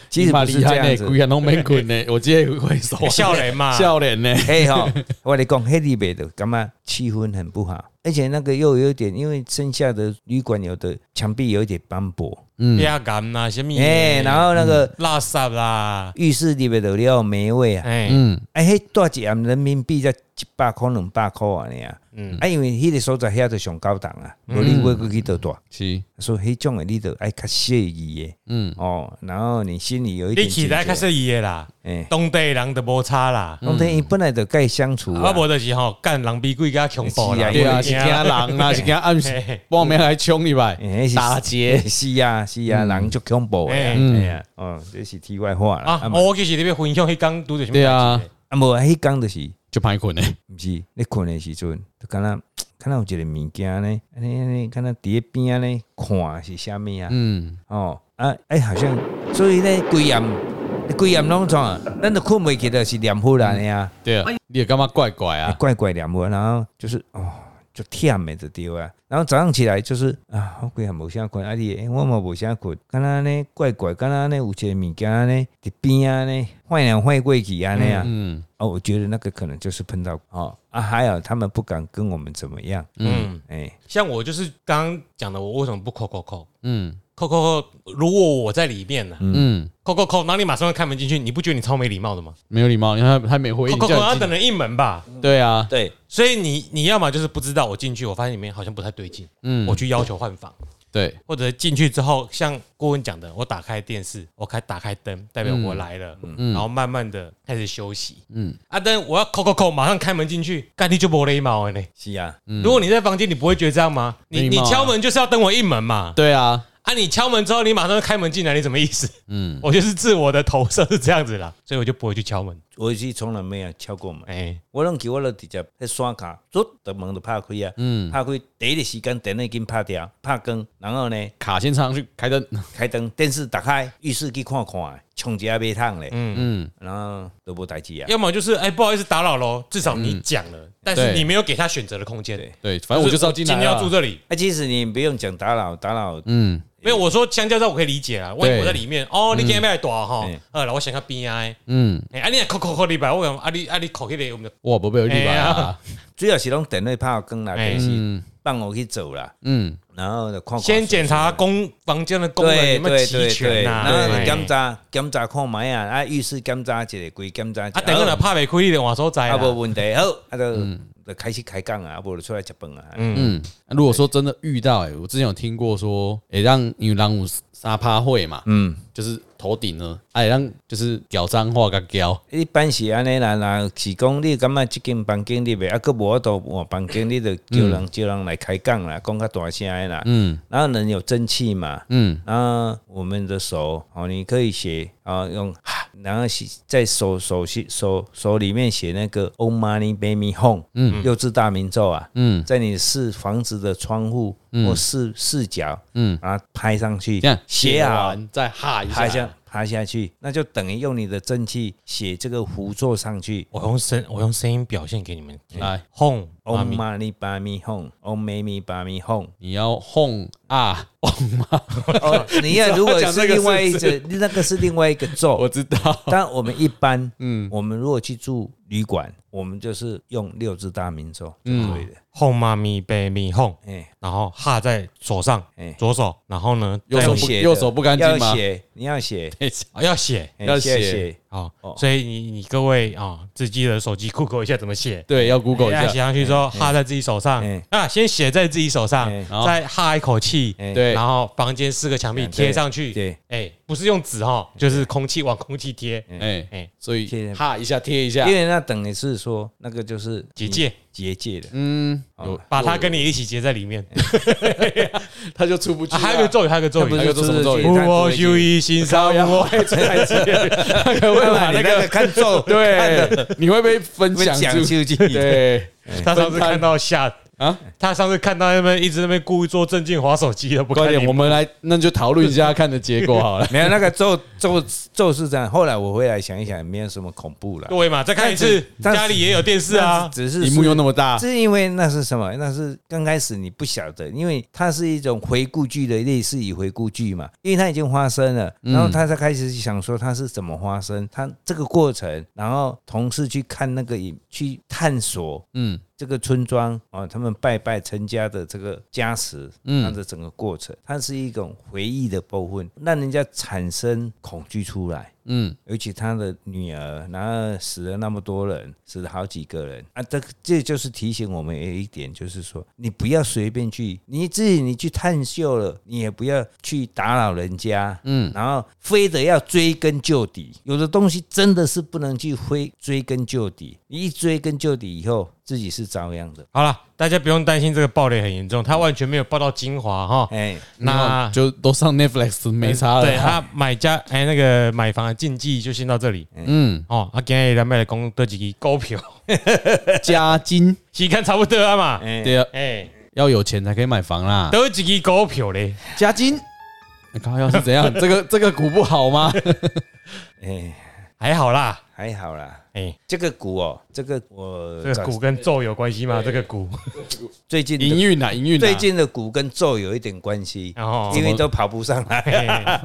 Speaker 2: 其实
Speaker 3: 你嘛
Speaker 2: 不是
Speaker 3: 厉
Speaker 2: 这
Speaker 3: 害
Speaker 2: 样
Speaker 3: 呢，
Speaker 2: 子
Speaker 3: 鬼。人拢免困呢，我今天会说
Speaker 1: 笑脸嘛，
Speaker 3: 笑脸呢，
Speaker 2: 哎吼，我跟你讲，黑里北的干嘛气氛很不好，而且那个又有点，因为剩下的旅馆有的墙壁有一点斑驳，
Speaker 1: 不
Speaker 3: 嗯
Speaker 1: 要干啦，啊什么的？
Speaker 2: 哎、然后那个
Speaker 1: 垃圾啦，
Speaker 2: 浴室里面的料霉味啊，
Speaker 1: 哎，
Speaker 3: 嗯
Speaker 2: 哎、迄大几暗人民币才一百块两百块安尼啊，
Speaker 1: 嗯
Speaker 2: 啊，因为迄个所在遐就上高档啊，无你会过去倒大，
Speaker 3: 是
Speaker 2: 所以迄种的你就爱较惬意的
Speaker 3: 嗯
Speaker 2: 哦，然后你心里有一点
Speaker 1: 你起来开始伊的啦，
Speaker 3: 嗯
Speaker 2: 哎，
Speaker 1: 当地人的摩擦啦，
Speaker 2: 冬天伊本来就该相处
Speaker 1: 啊，
Speaker 2: 啊，
Speaker 1: 无就是吼，干人比鬼较恐怖啦，
Speaker 2: 是
Speaker 3: 对啊，
Speaker 1: 我
Speaker 3: 是惊人啊啦，是惊暗
Speaker 1: 嘿
Speaker 3: 时
Speaker 1: 嘿
Speaker 3: 帮面来冲你吧
Speaker 2: 哎那，是
Speaker 3: 打劫。
Speaker 2: 是啊是啊，人就恐怖的啊。
Speaker 1: 哎
Speaker 3: 嗯
Speaker 2: 哎呀，哦，这是题外话啦。
Speaker 1: 啊，
Speaker 2: 啊，
Speaker 1: 我其实你要分享迄工拄着什么？
Speaker 3: 对啊，
Speaker 2: 啊，无啊，迄讲就是，
Speaker 3: 就歹困呢，
Speaker 2: 毋是你困的时阵，就敢若敢若有一个物件呢，安尼安尼，敢若伫咧边啊呢，看是啥物啊？
Speaker 3: 嗯，
Speaker 2: 哦，啊，哎，好像，所以呢，规暗，规暗拢创，咱都困袂起，就是念佛啦尼啊，
Speaker 3: 对啊，你也干嘛怪怪
Speaker 2: 啊
Speaker 3: 啊？
Speaker 2: 怪怪念佛，然后就是哦。就忝的就对啊，然后早上起来就是啊，我规暗无啥困，啊你，哎我嘛无啥困，敢若呢怪怪，敢若呢有一个物件呢，伫边啊呢，晃来晃过去安尼啊，
Speaker 3: 嗯
Speaker 2: 哦，我觉得那个可能就是碰到哦啊，还好他们不敢跟我们怎么样，
Speaker 1: 嗯，
Speaker 2: 哎，
Speaker 1: 像我就是刚刚讲的，我为什么不扣扣扣
Speaker 3: 嗯
Speaker 1: 扣扣扣？如果我在里面呢，
Speaker 3: 嗯，
Speaker 1: 扣扣扣，然后你马上开门进去，你不觉得你超没礼貌的吗？
Speaker 3: 没有礼貌，因为他他没回
Speaker 1: 扣
Speaker 3: 应，
Speaker 1: 扣扣，
Speaker 3: 叫
Speaker 1: 要
Speaker 3: 你
Speaker 1: 哦等
Speaker 3: 进
Speaker 1: 人应门吧。
Speaker 3: 对啊，
Speaker 2: 对，
Speaker 1: 所以你你要么就是不知道我进去，我发现里面好像不太对劲，
Speaker 3: 嗯
Speaker 1: 我去要求换房，
Speaker 3: 对，
Speaker 1: 或者进去之后，像郭文讲的，我打开电视，我开打开灯，代表我来了，然后慢慢的开始休息。
Speaker 3: 嗯
Speaker 1: 啊，但我要扣扣扣，马上开门进去，干你就没礼貌了呢。
Speaker 2: 是啊，
Speaker 1: 如果你在房间，你不会觉得这样吗？你
Speaker 3: 嗯没礼
Speaker 1: 你
Speaker 3: 貌啊
Speaker 1: 敲门就是要等我应门嘛？
Speaker 3: 对啊，
Speaker 1: 啊，你敲门之后，你马上开门进来，你什么意思？
Speaker 3: 嗯
Speaker 1: 我就是自我的投射是这样子啦，所以我就不会去敲门。
Speaker 2: 我是从来没有敲过门，
Speaker 1: 哎，
Speaker 2: 我拢给我就直接迄刷卡，做的门就拍开啊，
Speaker 3: 嗯，
Speaker 2: 拍开第一个时间灯已经拍掉，拍光，然后呢
Speaker 3: 卡先上去开灯，
Speaker 2: 开灯，电视打开，浴室去看看，冲一下马桶咧，
Speaker 3: 嗯
Speaker 2: 然后都无代志啊，
Speaker 1: 要么就是哎，不好意思打扰喽，至少你讲了，但是
Speaker 3: 嗯对
Speaker 1: 你没有给他选择的空间。
Speaker 3: 对，反正我就是要进来
Speaker 1: 今
Speaker 3: 啊，
Speaker 1: 天要住这里。
Speaker 2: 啊，其实你不用讲打扰，打扰
Speaker 3: 嗯
Speaker 1: 没
Speaker 2: 哎
Speaker 1: 有，我说相较之下我可以理解啦。万一
Speaker 3: 对
Speaker 1: 我在里面，哦，你今天要大哈
Speaker 2: 嗯，
Speaker 1: 呃，我想看边啊，
Speaker 3: 嗯，
Speaker 1: 哎，啊你扣扣扣你吧，我讲啊你啊你扣起来，我
Speaker 2: 哦
Speaker 1: 们就
Speaker 3: 哇，不被有礼貌啊，
Speaker 2: 主要是拢电话拍光啦，
Speaker 1: 哎
Speaker 2: 就是
Speaker 3: 嗯
Speaker 2: 放我去走啦，
Speaker 3: 嗯
Speaker 2: 然后就看看
Speaker 1: 先检查公房间的功能有没有齐全呐。
Speaker 2: 然后
Speaker 1: 哎
Speaker 2: 就检查检查看卖啊，啊浴室检查一下，规检查一下，
Speaker 1: 啊，等下若拍嗯袂开你就换所在
Speaker 2: 啊
Speaker 1: 啦。
Speaker 2: 无问题好，啊就就开始开讲啊，啊无就出来食饭啊，
Speaker 3: 嗯。如果说真的遇到，哎，我之前有听过说，哎，让因为让有沙趴会嘛，
Speaker 2: 嗯，
Speaker 3: 就是头顶呢，哎，让就是屌脏话跟屌，
Speaker 2: 一般是安尼啦，若是讲你感觉即间房间你袂，啊佫无法度换房间，你就叫人叫人来开讲啦，讲较大声的啦，
Speaker 3: 嗯
Speaker 2: 然后人有蒸汽嘛，
Speaker 3: 嗯
Speaker 2: 啊，我们的手哦，你可以写啊，用，然后写在手手心手手里面写那个 “Oh money b a me home”，嗯，幼稚大明咒啊，
Speaker 3: 嗯
Speaker 2: 在你是房子的窗户或视视角，
Speaker 3: 嗯，
Speaker 2: 把它拍上去，
Speaker 3: 这样
Speaker 2: 写好，
Speaker 3: 完再哈一
Speaker 2: 拍下
Speaker 3: 下，
Speaker 2: 拍下去，那就等于用你的蒸汽写这个符咒上去。
Speaker 1: 我用声我用声音表现给你们听。
Speaker 3: 来，
Speaker 1: 轰，
Speaker 2: Oh
Speaker 1: 妈咪
Speaker 2: money b me home，Oh m a m e b me home。
Speaker 3: 你要哄啊哄吗？
Speaker 2: 哦，你要如果
Speaker 3: 讲
Speaker 2: 是
Speaker 3: 这个
Speaker 2: 另外一
Speaker 3: 是
Speaker 2: 个，那个是另外一个咒，
Speaker 3: 我知道，
Speaker 2: 但我们一般，嗯，我们如果去住旅馆，我们就是用六只大明咒就
Speaker 3: 嗯
Speaker 2: 可以了。
Speaker 1: 哄妈咪被咪哄，
Speaker 2: 哎
Speaker 1: 然后哈在手上，
Speaker 2: 哎，
Speaker 1: 左手，然后呢，
Speaker 3: 右
Speaker 1: 再
Speaker 3: 手
Speaker 1: 用
Speaker 3: 不
Speaker 2: 写的
Speaker 3: 右手不干净
Speaker 2: 要
Speaker 3: 吗？
Speaker 2: 写，你要写，
Speaker 3: 等一下
Speaker 1: 啊要写
Speaker 2: 哎
Speaker 3: 要写
Speaker 2: 写，
Speaker 1: 哦
Speaker 2: 哦，
Speaker 1: 所以你你各位啊、自己的手机 Google 一下怎么写。
Speaker 3: 对，要 Google
Speaker 1: 哎
Speaker 3: 一
Speaker 1: 写
Speaker 3: 下。
Speaker 1: 上去之后，哈在自己手上
Speaker 2: 哎
Speaker 1: 啊，先写在自己手上
Speaker 2: 哎，
Speaker 3: 然后
Speaker 1: 再哈一口气，
Speaker 2: 哎
Speaker 3: 对
Speaker 1: 然后房间四个墙壁
Speaker 2: 哎对
Speaker 1: 贴上去，
Speaker 2: 对，
Speaker 1: 哎，不是用纸哈，就是空气往空气贴，
Speaker 3: 哎
Speaker 1: 哎，
Speaker 3: 所以
Speaker 2: 贴
Speaker 3: 哈一下贴一下
Speaker 2: 因，为那等于是说那个就是
Speaker 1: 结界，
Speaker 2: 结界的，
Speaker 3: 嗯，
Speaker 2: 哦
Speaker 3: 有
Speaker 1: 把它跟你一起结在里面。
Speaker 3: 他就出不去
Speaker 1: 啊
Speaker 3: 啊。
Speaker 1: 还有一个咒语，还有一个咒
Speaker 3: 那不
Speaker 1: 语
Speaker 3: 是，
Speaker 2: 那个
Speaker 3: 做什么咒语哦
Speaker 2: 就是
Speaker 1: 哎不我修一心
Speaker 3: 高
Speaker 1: 上
Speaker 3: 呀，我
Speaker 1: 我。
Speaker 3: 会出来接，那个 会 把
Speaker 2: 那
Speaker 3: 那
Speaker 2: 你那个
Speaker 3: 个
Speaker 2: 看咒
Speaker 3: 对，你会被分
Speaker 2: 分
Speaker 3: 享
Speaker 2: 享
Speaker 3: 出
Speaker 2: 究竟
Speaker 3: 对
Speaker 1: 他上次看到吓
Speaker 3: 啊，
Speaker 1: 他上次看到那边一直在那边故意做正经划手机的，不
Speaker 3: 快
Speaker 1: 看
Speaker 3: 点，
Speaker 1: 你
Speaker 3: 我们来那就讨论一下看的结果好了
Speaker 2: 。没有那个咒咒咒是这样。后来我回来想一想，没有什么恐怖了。
Speaker 1: 对嘛？再看一次，
Speaker 2: 但是
Speaker 1: 家里也有电视啊。
Speaker 2: 只是
Speaker 3: 荧幕又那么大，
Speaker 2: 是因为那是什么？那是刚开始你不晓得，因为它是一种回顾剧的类似于回顾剧嘛，因为它已经发生了，
Speaker 3: 嗯
Speaker 2: 然后他才开始想说它是怎么发生，它这个过程，然后同事去看那个影，去探索
Speaker 3: 嗯，
Speaker 2: 这个村庄啊，他们拜拜陈家的这个加持，
Speaker 3: 嗯
Speaker 2: 它的整个过程，它是一种回忆的部分，让人家产生恐惧出来。
Speaker 3: 嗯，
Speaker 2: 尤其他的女儿，然后死了那么多人，死了好几个人啊，这个这就是提醒我们有一点，就是说你不要随便去，你自己你去探究了，你也不要去打扰人家，嗯，然后非得要追根究底，有的东西真的是不能去非追根究底，你一追根究底以后，自己是遭殃的，
Speaker 1: 好了，大家不用担心这个暴雷很严重，他完全没有爆到精华哈。
Speaker 2: 哎，
Speaker 1: 那
Speaker 3: 就都上 Netflix 没差
Speaker 1: 啊对
Speaker 3: 了。
Speaker 1: 他买家哎，那个买房的禁忌就先到这里
Speaker 3: 嗯，
Speaker 1: 哦。啊，今天来卖的公这几支股票，
Speaker 3: 加金
Speaker 1: 是看差不多啊嘛。
Speaker 2: 哎，
Speaker 3: 对啊，
Speaker 1: 哎，
Speaker 3: 要有钱才可以买房啦。
Speaker 1: 都几支股票嘞？
Speaker 3: 加金，你刚要是怎样？ 这个这个股不好吗？
Speaker 2: 哎，
Speaker 1: 还好啦。
Speaker 2: 还好啦。
Speaker 1: 哎，
Speaker 2: 这个股哦，这个我
Speaker 1: 这个股跟咒有关系吗？这个股，
Speaker 2: 最近的
Speaker 3: 营运啊，营运啊。
Speaker 2: 最近的股跟咒有一点关系，
Speaker 1: 然后
Speaker 2: 因为都跑不上来，啊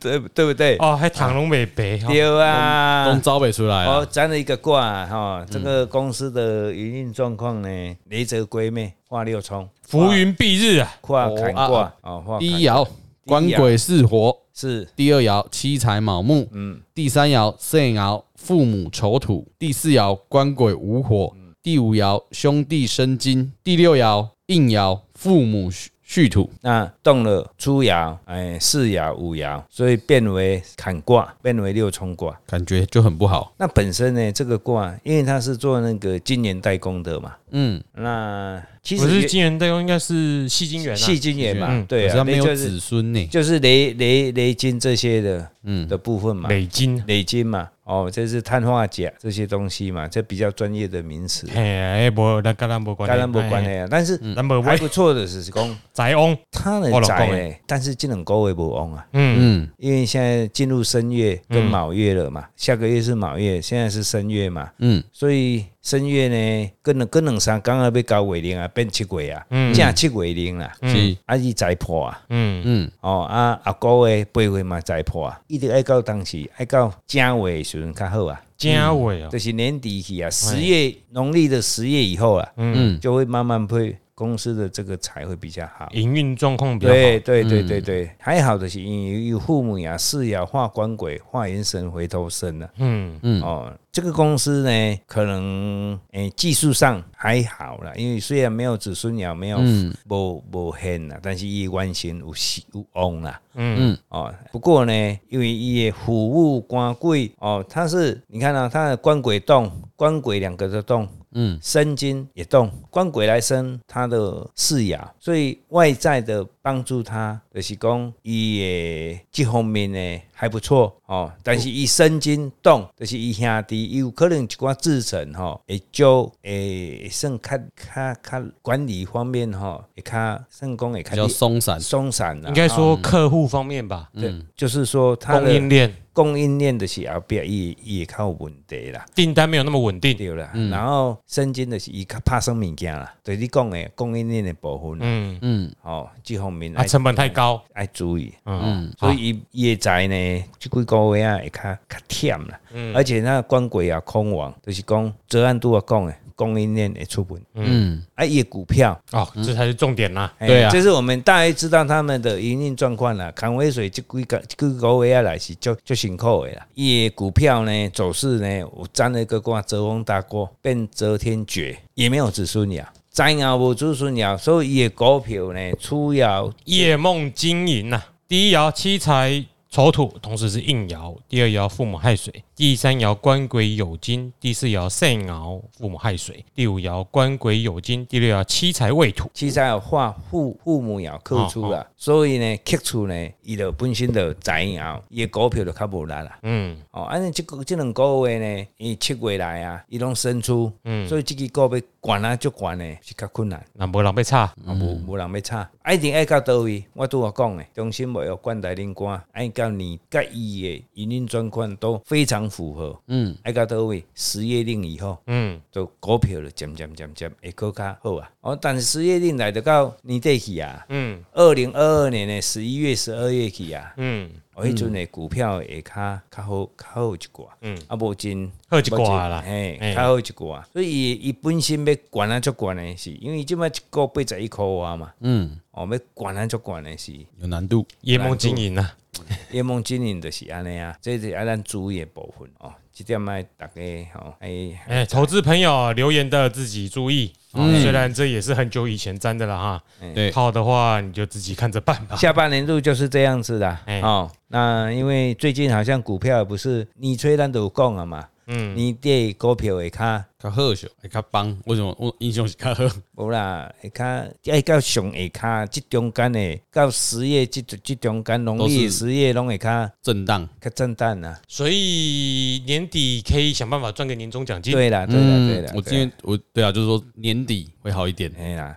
Speaker 2: 对对不
Speaker 1: 哎
Speaker 2: 对？
Speaker 1: 哦，还躺龙没白。哦
Speaker 2: 丢
Speaker 3: 都
Speaker 2: 啊！
Speaker 3: 招北出来
Speaker 2: 哦，
Speaker 3: 了，
Speaker 2: 占了一个卦哈，这个公司的营运状况呢，雷泽归妹化六冲，
Speaker 1: 浮云蔽日啊，
Speaker 2: 化
Speaker 3: 哦
Speaker 2: 坎
Speaker 3: 啊
Speaker 2: 卦哦，化
Speaker 3: 第
Speaker 2: 坎
Speaker 3: 一爻官鬼巳火，
Speaker 2: 是
Speaker 3: 第二爻七财卯木，嗯，第三爻肾爻父母丑土，第四爻官鬼午火，第五爻兄弟生金，第六爻应爻父母戌戌土，
Speaker 2: 那动了初爻，哎，四爻五爻，所以变为坎卦，变为六冲卦。
Speaker 3: 感觉就很不好。
Speaker 2: 那本身呢，这个卦，因为它是做那个金元代工的嘛，
Speaker 3: 嗯，
Speaker 2: 那其
Speaker 1: 不
Speaker 2: 实
Speaker 1: 是
Speaker 2: 也
Speaker 1: 金元代工，应该是细金元啊。
Speaker 2: 细金元嘛
Speaker 1: 嗯，
Speaker 2: 对
Speaker 3: 可
Speaker 2: 啊，
Speaker 3: 是他没有
Speaker 2: 就是
Speaker 3: 子孙呢。
Speaker 2: 就是雷雷雷金这些的，
Speaker 3: 嗯
Speaker 2: 嗯的部分嘛，
Speaker 1: 美金，
Speaker 2: 雷金嘛，哦，这是碳化钾这些东西嘛，这比较专业的名词，
Speaker 1: 嘿，哎，无，那跟咱无关系，
Speaker 2: 当然不
Speaker 1: 哎，
Speaker 2: 关系啊。但是
Speaker 1: 咱无
Speaker 2: 还
Speaker 1: 关
Speaker 2: 不错的是讲，
Speaker 1: 宅翁，
Speaker 2: 他的
Speaker 1: 我老
Speaker 2: 宅
Speaker 1: 公
Speaker 2: 诶，但是这两个月不旺啊，
Speaker 1: 嗯，
Speaker 3: 嗯，
Speaker 2: 因为现在进入申月跟卯月了嘛，下个月是卯月，现在是申月嘛，
Speaker 3: 嗯，
Speaker 2: 所以申月呢，跟两跟两三刚刚被搞尾零啊，变七鬼啊，正七尾零啦，
Speaker 3: 是，
Speaker 2: 啊，伊宅破啊。
Speaker 1: 嗯，
Speaker 3: 嗯，
Speaker 2: 哦啊，啊个月八月嘛再破啊，一直爱到当时爱到正月的时阵较好啊，
Speaker 1: 嘉伟哦，
Speaker 2: 就是年底起啊，十月农历的十月以后啊，
Speaker 3: 嗯，
Speaker 2: 就会慢慢会公司的这个财会比较好。
Speaker 1: 营运状况比较好。嗯
Speaker 2: 对对对对对，还好的是因为有父母呀、事呀、化官鬼、化元神、回头身呢、
Speaker 1: 嗯，
Speaker 2: 哦，这个公司呢，可能诶、技术上还好啦，因为虽然没有子孙爻，没有
Speaker 1: 嗯
Speaker 2: 无无限啦，啊但是伊完全有喜有旺啦。
Speaker 1: 嗯
Speaker 2: 嗯哦，不过呢，因为伊的服务官鬼哦，它是你看啊，它的官鬼动，官鬼两个都动。嗯，生金也动，官鬼来生他的四爻，所以外在的帮助他，就是讲伊的这方面呢还不错哦。但是伊生金动，就是伊兄弟，伊有可能一寡自成吼，会就会算较较较管理方面吼，会较算讲会
Speaker 3: 比较
Speaker 2: 较
Speaker 3: 松散。
Speaker 2: 松散啦啊
Speaker 1: 应该说客户方面吧，
Speaker 2: 对，就是说他
Speaker 1: 嗯供
Speaker 2: 的
Speaker 1: 应链，
Speaker 2: 供应链的是后壁伊伊较有问题啦，
Speaker 1: 订单没有那么稳定。
Speaker 2: 对啦。然后生金的是伊较拍算物件啦，对你讲的供应链的部分啦，
Speaker 1: 嗯，
Speaker 3: 嗯，
Speaker 2: 哦，这方面
Speaker 1: 啊，
Speaker 2: 爱
Speaker 1: 成本太高。
Speaker 2: 爱注意。
Speaker 1: 嗯，
Speaker 2: 所以伊伊的财呢，即几个月啊会较较忝啦，
Speaker 1: 嗯
Speaker 2: 而且那官鬼啊空亡，就是讲泽安拄啊讲的供应链会出问题，
Speaker 3: 嗯，
Speaker 2: 啊，伊的股票。
Speaker 1: 好哦，这才是重点啦。
Speaker 2: 哎
Speaker 3: 对啊
Speaker 2: 这是我们大概知道他们的营运状况啦。康威水这几个这几个月下啊来是足足辛苦的啦。伊的股票呢走势呢，有沾了一个卦遮风大过，变遮天绝，也没有子孙鸟，再也无子孙鸟，所以伊的股票呢，主要
Speaker 1: 夜梦经营呐、第一爻七财丑土，同时是应爻；第二爻父母亥水；第三爻官鬼酉金；第四爻肾爻父母亥水；第五爻官鬼酉金；第六爻七财未土。
Speaker 2: 其实有化父父母也克
Speaker 1: 哦
Speaker 2: 出啦，所以呢，克出呢，伊就本身就知影，伊的股票就较无力啦。
Speaker 1: 嗯，
Speaker 2: 哦，安尼即个即两个月呢，伊七月来啊，伊拢伸出，
Speaker 1: 嗯
Speaker 2: 所以即支股要悬啊，足悬呢是较困难。
Speaker 1: 那无人被差。
Speaker 2: 啊，无无人要炒，啊，一定爱到倒位。我拄我讲诶，中心无要管台恁官，爱到你甲伊诶营运状况都非常符合。
Speaker 3: 嗯，
Speaker 2: 爱到倒位，十月令以后，
Speaker 1: 嗯，
Speaker 2: 就股票就渐渐渐渐会搁较好啊。哦，但是十月令来就到年底去啊，
Speaker 1: 嗯
Speaker 2: 二零二二年诶十一月、十二月去啊，
Speaker 1: 嗯，
Speaker 2: 哦，迄阵诶股票会较较好，较好一寡。
Speaker 1: 嗯，
Speaker 2: 啊，无真
Speaker 1: 好一寡啦
Speaker 2: 嘿
Speaker 1: 嘿，
Speaker 2: 较好一寡。所以伊伊本身要悬啊足悬诶，是因为即摆一个八十一箍啊嘛。
Speaker 3: 嗯，
Speaker 2: 哦，要管咱足管的是，
Speaker 3: 有难度。
Speaker 1: 夜梦经营啊呐、
Speaker 2: 夜梦经营就是安尼啊，这是啊咱注意的部分哦。这点爱大家吼，哎、
Speaker 1: 哎、投资朋友留言的自己注意。哦虽然这也是很久以前粘的了哈，
Speaker 3: 对
Speaker 1: 套的话你就自己看着办吧。
Speaker 2: 啊下半年度就是这样子的、
Speaker 1: 哎
Speaker 2: 哦。那因为最近好像股票不是你吹咱都有讲了嘛，
Speaker 1: 嗯，
Speaker 2: 你对股票会较
Speaker 3: 较好笑，会较棒。为什么我印象是较好？
Speaker 2: 无啦，会较爱到上下骹即中间的到十月即即中间农历
Speaker 3: 都是
Speaker 2: 的十月拢会较
Speaker 3: 震荡，
Speaker 2: 较震荡啦。
Speaker 1: 所以年底可以想办法赚个年终奖金。
Speaker 2: 对啦，对啦，对啦，
Speaker 3: 嗯我今
Speaker 2: 对啦
Speaker 3: 天我对啊，就是说年底会好一点。
Speaker 2: 哎呀。
Speaker 1: 啊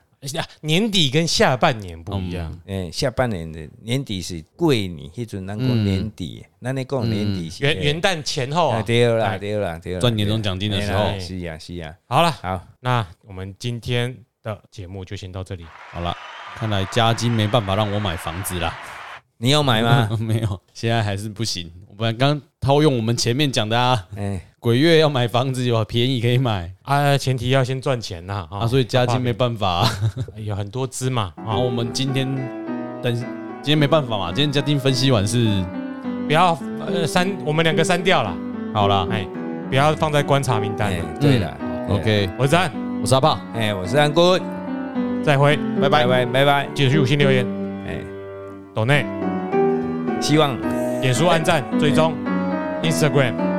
Speaker 1: 年底跟下半年不一样。
Speaker 2: 诶，下半年的年底是过年，迄阵咱讲年底，咱咧讲年底
Speaker 3: 嗯
Speaker 2: 是
Speaker 1: 元元旦前后
Speaker 2: 啊
Speaker 1: 啊。
Speaker 2: 对啦，对啦，对啦，
Speaker 3: 哦哎赚年终奖金的时候
Speaker 2: 嘿啦，是啊，是啊，
Speaker 1: 好了，
Speaker 2: 好，
Speaker 1: 那我们今天的节目就先到这里。
Speaker 3: 好了，看来加金没办法让我买房子啦。
Speaker 2: 你有买吗？？
Speaker 3: 没有，现在还是不行。我们刚套用我们前面讲的啊，
Speaker 2: 哎，
Speaker 3: 鬼月要买房子有便宜可以买
Speaker 1: 啊，前提要先赚钱呐、啊
Speaker 3: 啊，所以加金没
Speaker 1: 好
Speaker 3: 办法啊。
Speaker 1: 不好有很多支嘛
Speaker 3: 然
Speaker 1: 啊
Speaker 3: 后，我们今天等今天没办法嘛，今天加金分析完是
Speaker 1: 不要呃删，我们两个删掉了，
Speaker 3: 好啦。
Speaker 1: 哎，不要放在观察名单
Speaker 2: 哎
Speaker 1: 了。
Speaker 2: 对啦对啦
Speaker 3: OK，
Speaker 1: 我是安，
Speaker 3: 我是阿炮，
Speaker 2: 哎，我是安哥，
Speaker 1: 再会，
Speaker 3: 拜拜
Speaker 2: 拜。拜拜拜，
Speaker 1: 记得去五星留言、
Speaker 2: 哎，
Speaker 1: 抖内、
Speaker 2: 希望
Speaker 1: 点书、按赞、追踪、Instagram、